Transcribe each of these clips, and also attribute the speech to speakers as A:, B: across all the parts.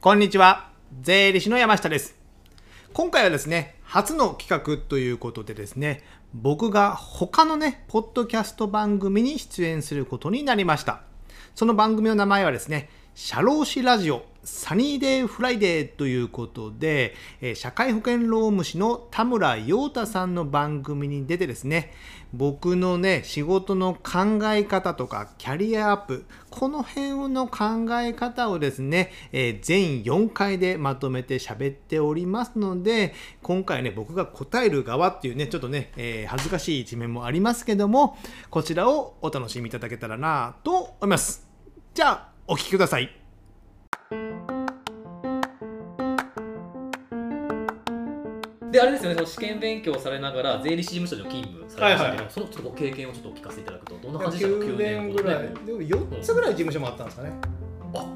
A: こんにちは税理士の山下です今回はですね初の企画ということでですね僕が他のねポッドキャスト番組に出演することになりましたその番組の名前はですね社労士ラジオサニーデイフライデーということで、えー社会保険労務士の田村陽太さんの番組に出てですね僕のね仕事の考え方とかキャリアアップこの辺の考え方をですね、えー全4回でまとめて喋っておりますので今回ね僕が答える側っていうねちょっとね、えー恥ずかしい一面もありますけどもこちらをお楽しみいただけたらなと思いますじゃあお聞きください
B: であれですよね、その試験勉強をされながら税理士事務所での勤務されましたけど、そのちょっとご経験をちょっとお聞かせいただくと、どんな感じでしたか、
A: 9年ぐらい
B: ね。
A: でも4つぐらい事務所もあったんですかね、
B: あ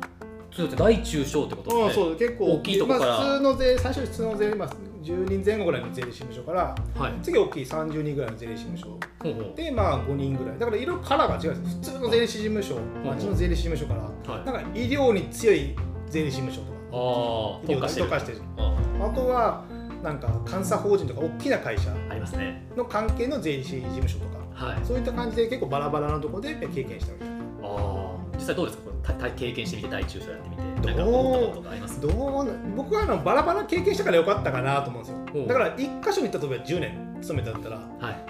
B: そうですね大中小ってこと
A: うん
B: ですね。
A: そう結構
B: 大きいとこから
A: まあ、普通の税最初普通の税、まあ、10人前後ぐらいの税理士事務所から
B: はい。
A: 次大きい30人ぐらいの税理士事務所
B: ほうほ
A: でまあ5人ぐらいだから色カラーが違うんですよ普通の税理士事務所町の税理士事務所か
B: う。は
A: ら
B: い。
A: なんか医療に強い税理士事務所とか医
B: ああ、
A: 療
B: 特
A: に
B: 化してる。
A: 特化してる
B: あ
A: あとはなんか監査法人とか大きな会社
B: ーありますね。
A: の関係の税理士事務所とか
B: はい。
A: そういった感じで結構バラバラなところで経験したわけです
B: ああ、実際どうですか、これたた経験してみて、大中小やってみ
A: どう
B: て、なんか思ったこととかあります
A: どうな僕はあのバラバラ経験したからよかったかなと思うんです
B: う
A: よ
B: ん
A: だから一箇所に例えば10年勤めたんだったら
B: はい。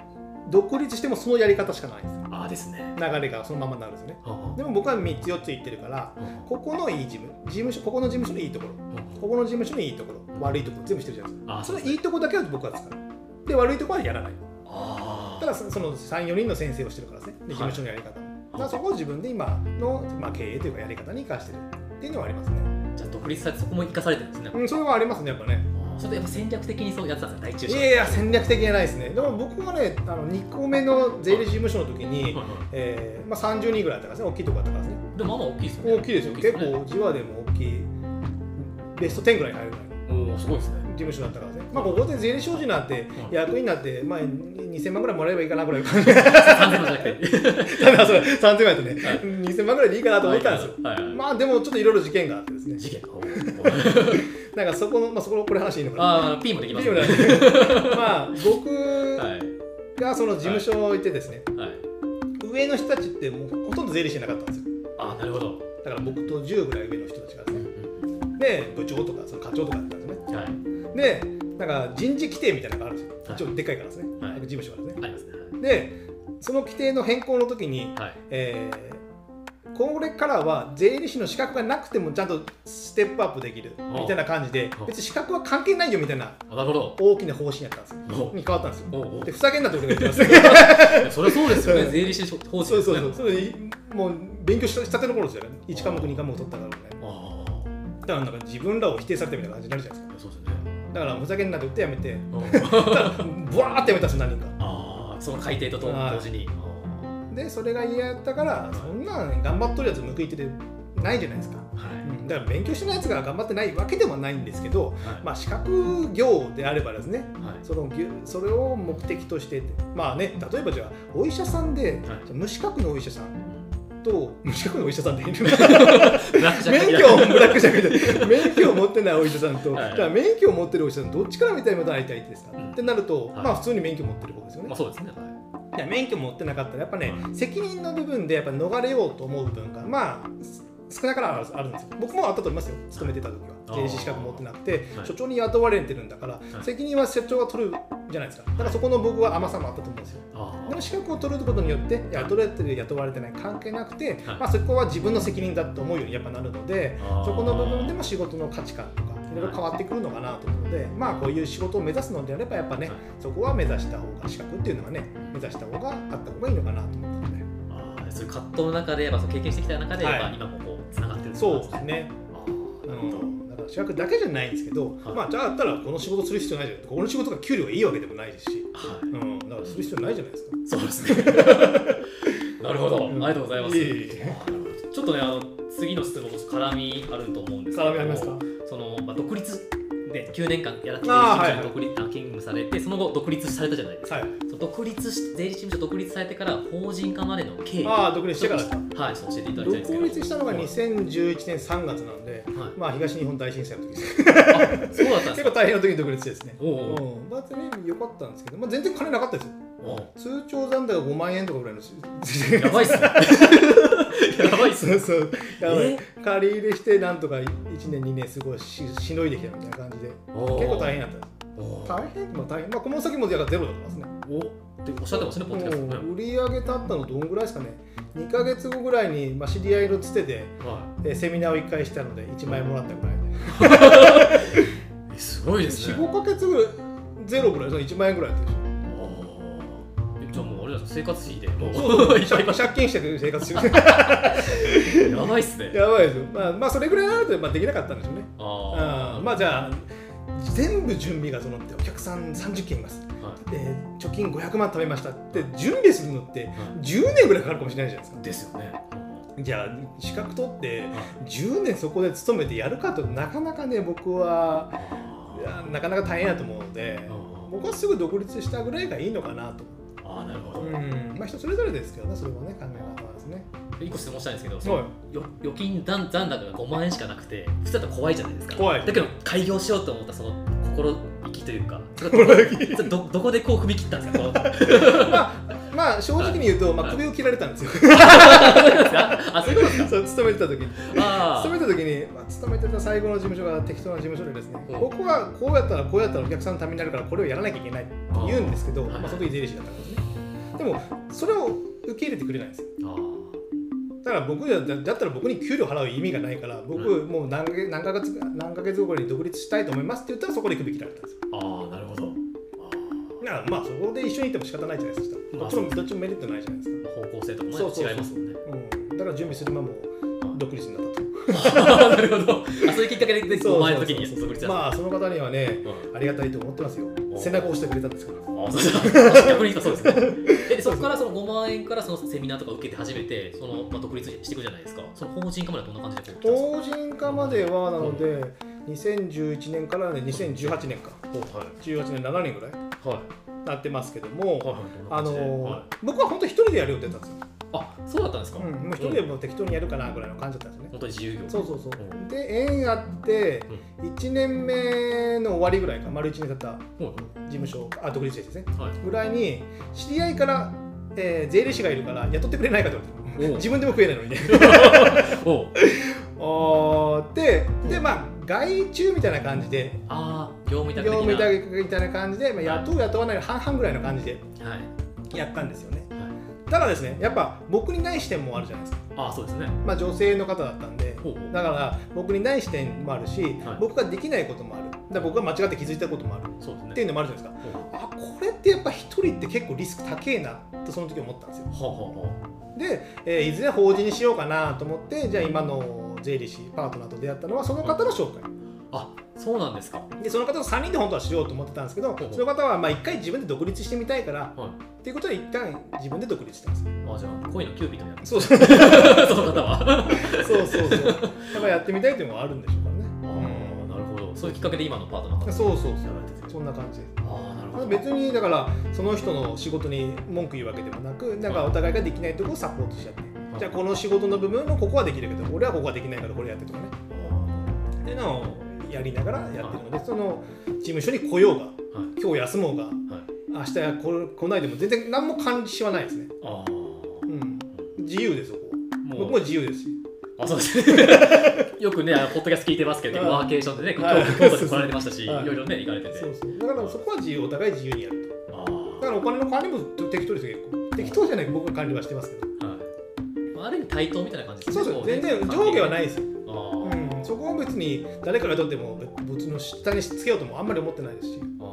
A: 独立してもそのやり方しかないんですよ
B: ああですね。
A: 流れがそのままになるんですよね
B: はあは
A: でも僕は3つ4つ行ってるから
B: あは
A: ここのいい事務事務所ここの事務所のいいところ
B: あは
A: ここの事務所のいいところ悪いところ全部してるじゃないです
B: ああ
A: か
B: ー、
A: そ
B: そう
A: の
B: ですね
A: いいとこだけは僕は使うで悪いとこはやらない
B: あ
A: ただそその34人の先生をしてるからですねで事務所のやり方も、だからそこを自分で今の、まあ、経営というかやり方に生かしてるっていうのはありますね
B: あ、じゃあ独立されて、そこも生かされてるんですね。
A: うん、それはありますね、やっぱね。
B: あーそれでやっぱ戦略的にそうやってたんですね、大中
A: い
B: 小。
A: やいや、戦略的じゃないですね。でも僕はね、あの2個目の税理士事務所の時に、
B: はいは
A: えーまあ、30人ぐらいだったからですね、大きいとこだったからですね。
B: いでも、まあまあ大きいですよね。
A: 大きいですよ、結
B: ね
A: 構、じわでも大きい、ベスト10ぐらいに入るぐらいの
B: おおすごいですね。
A: 事務所だったからですね。まあ、ここで税理士法人なんて、
B: うん
A: 役員になって、まあ、2000万ぐらいもらえばいいかなぐらいの感じ
B: 三千万じゃなくて。
A: だからそれ3000万やってね、
B: はい
A: 2000万ぐらいでいいかなと思ったんですよ。
B: はいはいはい
A: まあ、でもちょっといろいろ事件があってですね、
B: 事件。
A: なんかそこの、まあ、そこのこれ話いいのかな。
B: ああ、ピーもでき
A: い
B: ま
A: い
B: す
A: よ
B: ね。
A: ね
B: は
A: まあ、僕、
B: い
A: がその事務所を行ってですね、
B: はい。
A: 上の人たちってもうほとんど税理士じゃなかったんですよ
B: ああ、なるほど。
A: だから僕と10ぐらい上の人たちがで
B: う
A: す
B: ん
A: ね
B: うん
A: で部長とかその課長とかだったんですね
B: うんはい。
A: でなんか人事規定みたいなのがあるんですよ
B: はい
A: 一応でっかいからですね、
B: はい
A: 事務所からですね
B: ありますね。
A: でその規定の変更の時に、
B: はい。
A: えーこれからは税理士の資格がなくてもちゃんとステップアップできる
B: ああ
A: みたいな感じで
B: ああ
A: 別に資格は関係ないよみたいな
B: あなるほど。
A: 大きな方針やったんですよ
B: おお
A: に変わったんですよ
B: お お
A: でふざけんなって俺が言って ます
B: そりゃそうですよ
A: そ
B: ね、
A: う
B: 税理士法人
A: そう
B: です
A: そ
B: ね
A: うそう、それいもう勉強したしたての頃ですよね、1科目、2科目取ったからね、
B: あ
A: だからなんか自分らを否定されたみたいな感じになるじゃないで
B: あ、そうですよね。
A: すか、だからふざけんなって言ってやめ て、
B: うん
A: だからぶわーってやめたんですよ、何人か。
B: ああ、その改定とと
A: はい
B: 同時に。
A: で、それが嫌やったから、そんなん頑張っとるやつ、報いててないじゃないですか。
B: はい。
A: うんだから勉強してないやつが頑張ってないわけではないんですけど、
B: はい。
A: まあ、資格業であればですね、
B: はい
A: そのぎゅそれを目的としてって、まあね、例えばじゃあ、お医者さんで、じゃあ無資格のお医者さんと、 無資格のお医者さんでいいのかな
B: ブラックジャッ ク
A: 免許をブラックジャックじゃない免許を持ってないお医者さんと、
B: はい
A: だから免許を持ってるお医者さんどっちから見たいまた会いたいですか、
B: うん
A: ってなると、
B: はい
A: まあ普通に免許持ってる方ですよね
B: まあ、そうですね。はい
A: いや免許持ってなかったらやっぱね、責任の部分でやっぱ逃れようと思う部分がまあす少なからずあるんですよ僕もあったと思いますよ勤めてた時
B: あ
A: は
B: ー
A: 税理士資格持ってなくて、
B: はい
A: 所長に雇われてるんだから、責任は社長が取るじゃないですかだからそこの僕は甘さもあったと思うんですよ
B: あ
A: でも資格を取ることによって雇われてる雇われてない関係なくて、
B: はい
A: まあ、そこは自分の責任だと思うようにやっぱなるので、
B: あ。
A: そこの部分でも仕事の価値観とかいろいろ変わってくるのかなと思うので、まあ、こういう仕事を目指すのであればやっぱね
B: はい
A: そこは目指した方が資格っていうのはね目指した方があった方がいいのかなと思ったので
B: あーそういう葛藤の中で、やっぱその経験してきた中で、
A: はい
B: まあ今もこう、つながってる
A: そうですね
B: あ
A: あ
B: ーなるほど。
A: のだから資格だけじゃないんですけど、
B: はい
A: まあ、じゃあだったらこの仕事する必要ないじゃないこの仕事が給料がいいわけでもないですし、
B: は
A: うん、だからする必要ないじゃないですか。
B: い、そうですね。なるほど、ありがとうございます。
A: いえいえいえ
B: あーなるほどちょっとね、あの次の質問も絡みあると思うんですけど、
A: 絡みありますか
B: その、まあ、独立
C: ね
B: 9年間やられて税理士
C: あーは
B: 事務所
C: い
B: に独立、あ勤務されてその後独立されたじゃないですか、
C: はい
B: その独立し税理士事務所独立されてから法人化までの経緯
C: ああ独立してからか
B: はいそう教えていただきたいんですけ
A: 独
B: ど
A: 立したのが2011年3月なんで、
B: はい
A: まあ、東日本大震災の時です
B: あそうだったんで
A: 結
B: す
A: 構
B: か
A: 大変な時に独立してですね
B: おうおう
A: うんまあ全然良かったんですけど、まあ、全然金なかったですよ
B: おう
A: 通帳残高5万円とかぐらいの
B: やばいっすねやばいっす
A: そうそうやばい
B: え
A: 借り入れしてなんとか1年2年すごいししのいできたみたいな感じで結構大変だったんです
B: おう
A: 大変まあ大変まあこの先もだからゼロだったんですね
B: おっておっしゃってますねポッドキャストね
A: もう売り上げ立ったのどんぐらいですかね2か月後ぐらいに、まあ、知り合いのつてで、
B: は
A: えーセミナーを1回したので1万円もらったぐらいで
B: いえすごいですね
A: 45か月ぐらいゼロぐらいその1万円ぐらいだったでしょ
B: あーえじゃあもうあれだ生活費でもういっぱいいっ
A: 借借金して生活してる
B: ぱ いやばいっすね
A: やばいですよ、まあ、まあそれぐらいになると、まあ、できなかったんでしょうね
B: あ
A: あ
B: あ
A: まあじゃあ全部準備が整ってお客さん30件います、
B: は
A: えー貯金500万貯めましたって準備するのって
B: は
A: 10年ぐらいかかるかもしれないじゃないですか
B: ですよねうん
A: じゃあ資格取って
B: はい
A: 10年そこで勤めてやるかとなかなかね僕は
B: あ
A: いやなかなか大変だと思うので
B: ーうん
A: 僕はすぐ独立したぐらいがいいのかなと、
B: あーなるほど
A: まあ人それぞれですけどねそれはね考え方はですね
B: 一個質問したいんですけど、そ
A: は
B: のよ預金残残高が5万円しかなくて、普通だったら怖いじゃないですか。
C: 怖い
B: だけど、開業しようと思ったその心意気というか、それ
A: 心意
B: どどどこでこう踏み切ったんですか、この
A: まあまあ正直に言うと、まあ、
B: はい
A: 首を切られたんですよ
B: あ、そういうことです
A: そう勤めてた時に
B: か。あ
A: 勤めた時に、まあ、勤めてた最後の事務所が適当な事務所でですね、
B: うん
A: ここはこうやったらこうやったらお客さんのためになるからこれをやらなきゃいけないって言うんですけど
B: あーはい
A: まあ、その時税理士だったんですねでもそれを受け入れてくれないんですよ
B: あー
A: だから僕だだったら僕に給料払う意味がないから僕
B: う
A: もう何ヶ月何ヶ月か何ヶ月後に独立したいと思いますって言ったらそこで首切られたんですよ
B: あー、なるほど。
A: だからまあそこで一緒にいても仕方ないじゃないですか
B: ま
A: ど
B: あ
A: っちもどっちもメリットないじゃないですか、
B: あー方向性とかもね
A: そうそうそう
B: 違いますもんね。
A: うん、だから準備する間も独立になったと
B: あーなるほど。あ そういうきっかけで、5万円の時に独立したん
A: まあその方にはね
B: ですね。うん
A: ありがたいと思ってますよ
B: お
A: 背中を押してくれたんですから
B: あそうそう逆に言うとそうですね。え、そこからその5万円からそのセミナーとか受けて初めて、そのまあ独立していくじゃないですか。その法人化まではどんな感じでこう来たんです
A: 法
B: か。
A: 人化まではなので2011年からね2018年か
B: はい
A: 18年7年ぐらい
B: はい
A: なってますけども、
B: はい
A: あのー
B: はい
A: 僕は本当一人でやる予定だったんですよ、
B: あそうだったんですか、
A: うん、もう一人でもう適当にやるかなぐらいの感じだったんですね、
B: 本当に自由業
A: そうそうそう、
B: ん
A: で縁あって1年目の終わりぐらいか丸1年経った
B: はい
A: 事務所あ独立してですね
B: はい
A: ぐらいに知り合いから、えー税理士がいるから雇ってくれないかと
B: おう
A: 自分でも食えないのにね
B: おう
A: あーでで
B: うん
A: まあ外注みたいな感じで
B: ああ業務委託的
A: 業
B: な
A: 務委託みたいな感じで、まあ、
B: はい
A: 雇う雇わないの半々ぐらいの感じで
B: はい
A: やったんですよね
B: はい
A: ただですねやっぱ僕にない視点もあるじゃないですか、
B: ああそうですね
A: まあ、女性の方だったんで
B: ほうほう
A: だから僕にない視点もあるし、
B: はい
A: 僕ができないこともあるだから僕が間違って気づいたこともある
B: そうですね
A: っていうのもあるじゃないですか
B: ほうほ
A: あこれってやっぱ一人って結構リスク高えなとその時思ったんですよ
B: うほうほうほ
A: で、えーいずれ法人にしようかなと思ってじゃあ今の税理士パートナーと出会ったのはその方の紹介
B: うあそうなんですか
A: でその方と3人で本当はしようと思ってたんですけど
B: ほう
A: その方はまあ1回自分で独立してみたいから
B: はい
A: っていうことで一旦自分で独立したんですよ
B: あじゃあ恋のキューピットや
A: そう そう
B: その方は
A: そうそうそうやっぱやってみたいっていうのもあるんでしょう
B: あ
A: からね
B: あなるほどそういうきっかけで今のパートナー
A: うん
B: が
A: そうそう
B: や
A: そ
B: られてて
A: うそんな感じです
B: ああなるほど
A: 別にだからその人の仕事に文句言うわけでもなくなんかお互いができないところをサポートし合ってじゃあこの仕事の部分のここはできるけど俺はここはできないからこれやってとかね
B: あー
A: っていうのをやりながらやってるので、その事務所に来ようが、
B: はい
A: 今日休もうが、明日来来ないでも全然何も感じはないですね、
B: あ
A: う
B: ー
A: ん、自由ですそこ
B: も
A: 僕も自由ですし
B: あそうで すねよくね、あのポッドキャスト聞いてますけど、
A: はい
B: ワーケーションでね、京
A: はい
B: 都京都に来られてましたし、い
A: はい
B: ろいろね、行かれてて。
A: そうそうだからそこは自由お互い自由にやる
B: あ
A: と
B: ー
A: だからお金の管理も適当ですよ結構適当じゃない僕は管理はしてますけど
B: はいまあある意味対等みたいな感じで
A: そ
B: す
A: う
B: ね。
A: そう
B: こね。
A: 全然上下はないいですよ、
B: あ
A: う
B: ー
A: ん、そこは別に誰からとっても別の下につけようともあんまり思ってないですし
B: あー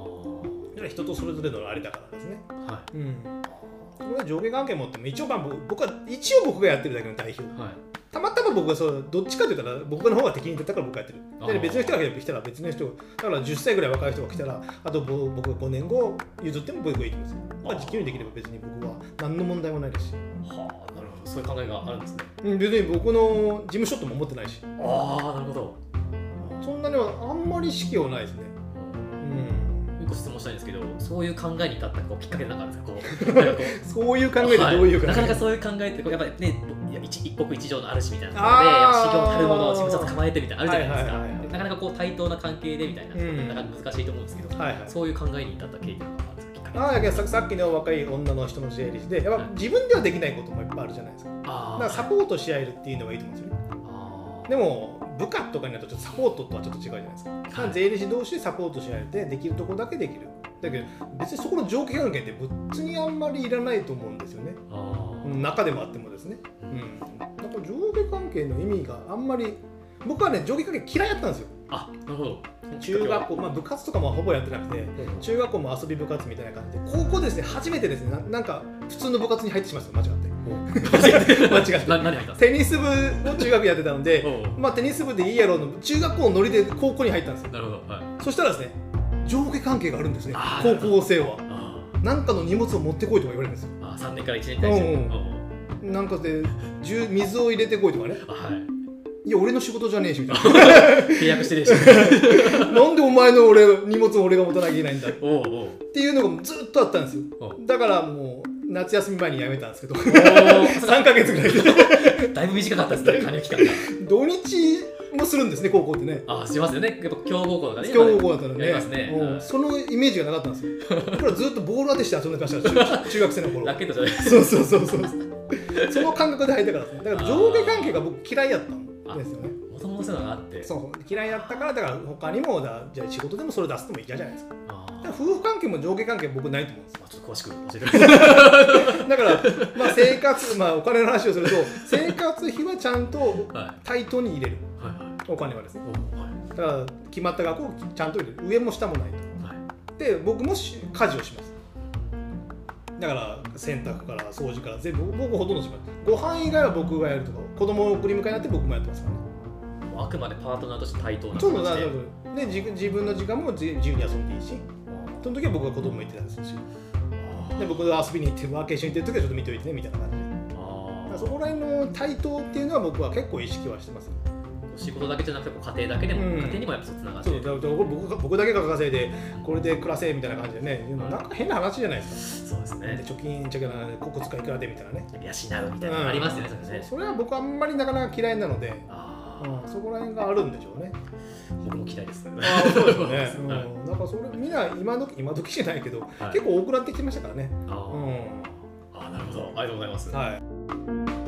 A: だから人とそれぞれのあれだからですね
B: は
A: うんそれは上下関係持っても一応まあ僕僕は一応僕がやってるだけの代表
B: い。はい。
A: たまたま僕がそうどっちかと言ったら僕の方が敵に立ったから僕がやってるだ
B: あー
A: から別の人が来たら別の人だから10歳ぐらい若い人が来たらあとぼ僕が5年後譲っても僕がいきますまあ
B: あー
A: 自給にできれば別に僕は何の問題もないですし、
B: はあ、なるほど。そういう考えがあるんですね。
A: うん、別に僕の事務所とも思ってないし
B: ああ、なるほど。
A: そんなにはあんまり指揮はないですね
B: したいんですけどそういう考えに至ったこうきっかけなんかあるんですかこ うなんかこう
A: そういう考えでどういう考え、
B: はなかなかそういう考えってこうやっぱりねいや一一国一城の主みたいな
A: あー
B: ところで修行たるものを自分たち構えてみたいなのあるじゃないです
A: は
B: か、
A: いはいはいはい
B: でなかなかこう対等な関係でみたいな、
A: うん
B: なかなか難しいと思うんですけど、
A: はいはい
B: そういう考えに至った経緯とかあるんですかきっかけ
A: ああだけどささっきの若い女の人の税理士でやっぱ自分ではできないこともいっぱいあるじゃないですかだ
B: あ
A: からサポートし合えるっていうのがいいと思うんですよね
B: あー
A: でも部下とかになるとちょっとサポートとはちょっと違うじゃないですか、
B: はい
A: 税理士同士でサポートし合えてできるところだけできるだけど別にそこの上下関係って別にあんまりいらないと思うんですよね
B: あー
A: 中でもあってもですねうんだから上下関係の意味があんまり僕はね上下関係嫌いだったんですよ
B: あなるほど
A: 中学校、まあ、部活とかもほぼやってなくて中学校も遊び部活みたいな感じで高校ですね初めてですねななんか普通の部活に入ってしまいました間違って間違って
B: な何入ったんです
A: テニス部を中学やってたの
B: か
A: で
B: おう
A: まあテニス部でいいやろうの中学校のノリで高校に入ったんですよ
B: なるほどはい
A: そしたらですね上下関係があるんですね
B: あ
A: 高
B: ー
A: 校生は
B: あ
A: なんかの荷物を持ってこいとか言われるんですよ
B: ーあー3年から1年に対して
A: うんうん
B: おう
A: なんかでじゅ水を入れてこいとかね
B: あはい
A: や俺の仕事じゃねえしみたいない
B: 契約してるでしょ
A: なんでお前の俺荷物を俺が持たなきゃいけないんだっ
B: おうおう
A: ていうのがずっとあったんですよ
B: おう
A: だからもう夏休み前に辞めたんですけど
B: おー
A: 3ヶ月ぐらいで
B: だいぶ短かったですね加入期間が
A: 土日もするんですね高校ってね
B: あしますよね。やっぱ強豪校とかね。
A: 強豪校だったら
B: や
A: ね
B: りますね
A: うん
B: はい
A: そのイメージがなかったんですよ だからずっとボール当てして遊んでましたから中中学生の頃
B: ラケットじゃない。
A: そうそうそうそうその感覚で入ったからですねだから上下関係が僕嫌いやったんですよね
B: もともとそういうのがあって。
A: そう嫌いだったからだから他にもだからじゃあ仕事でもそれ出すのも嫌じゃないですか
B: あ
A: だ
B: ー
A: から夫婦関係も上下関係僕ないと思うんですよ
B: まあちょっと詳しく教えてください。
A: だから、まあ、生活、まあ、お金の話をすると生活費はちゃんと
B: はい
A: 対等に入れる
B: はいはい
A: お金はですね
B: おはい
A: だから決まった額をちゃんと入れる上も下もないと
B: はい
A: で僕もし家事をしますだから洗濯から掃除から全部僕ほとんどしますご飯以外は僕がやるとか子供を送り迎えになって僕もやってますからね
B: もうあくまでパートナーとして対等な
A: ちょうど
B: 感
A: 大
B: じ
A: 丈
B: で。
A: 夫で自自分の時間も自自由に遊んでいいしその時は僕が子供も行ってたりするし
B: あ
A: で僕が遊びに行ってワーケーション行ってる時はちょっと見ておいてねみたいな感じで
B: ーあ
A: だから
B: ー
A: そこら辺の対等っていうのは僕は結構意識はしてます
B: 仕事だけじゃなくてこう家庭だけでも、
A: うん
B: 家庭にもやっぱそうつながって
A: そう
B: る
A: だから僕が僕だけが稼いでこれで暮らせみたいな感じでねなんか変な話じゃないです
B: そうです
A: か、で
B: ね
A: 貯金貯金ここ使いくらでみたいなね
B: 養うみたいなのありますよね、それね
A: それは僕あんまりなかなか嫌いなので、
B: あ
A: うん、そこら辺があるんでしょうね
B: あ僕も嫌いです
A: あそうですね、
B: はいはい
A: うん、なんかそれみんな今時今時じゃないけど、
B: あ
A: 結構多くなってきましたからねう
B: ー
A: ん
B: あーなるほどありがとうございます、
A: はい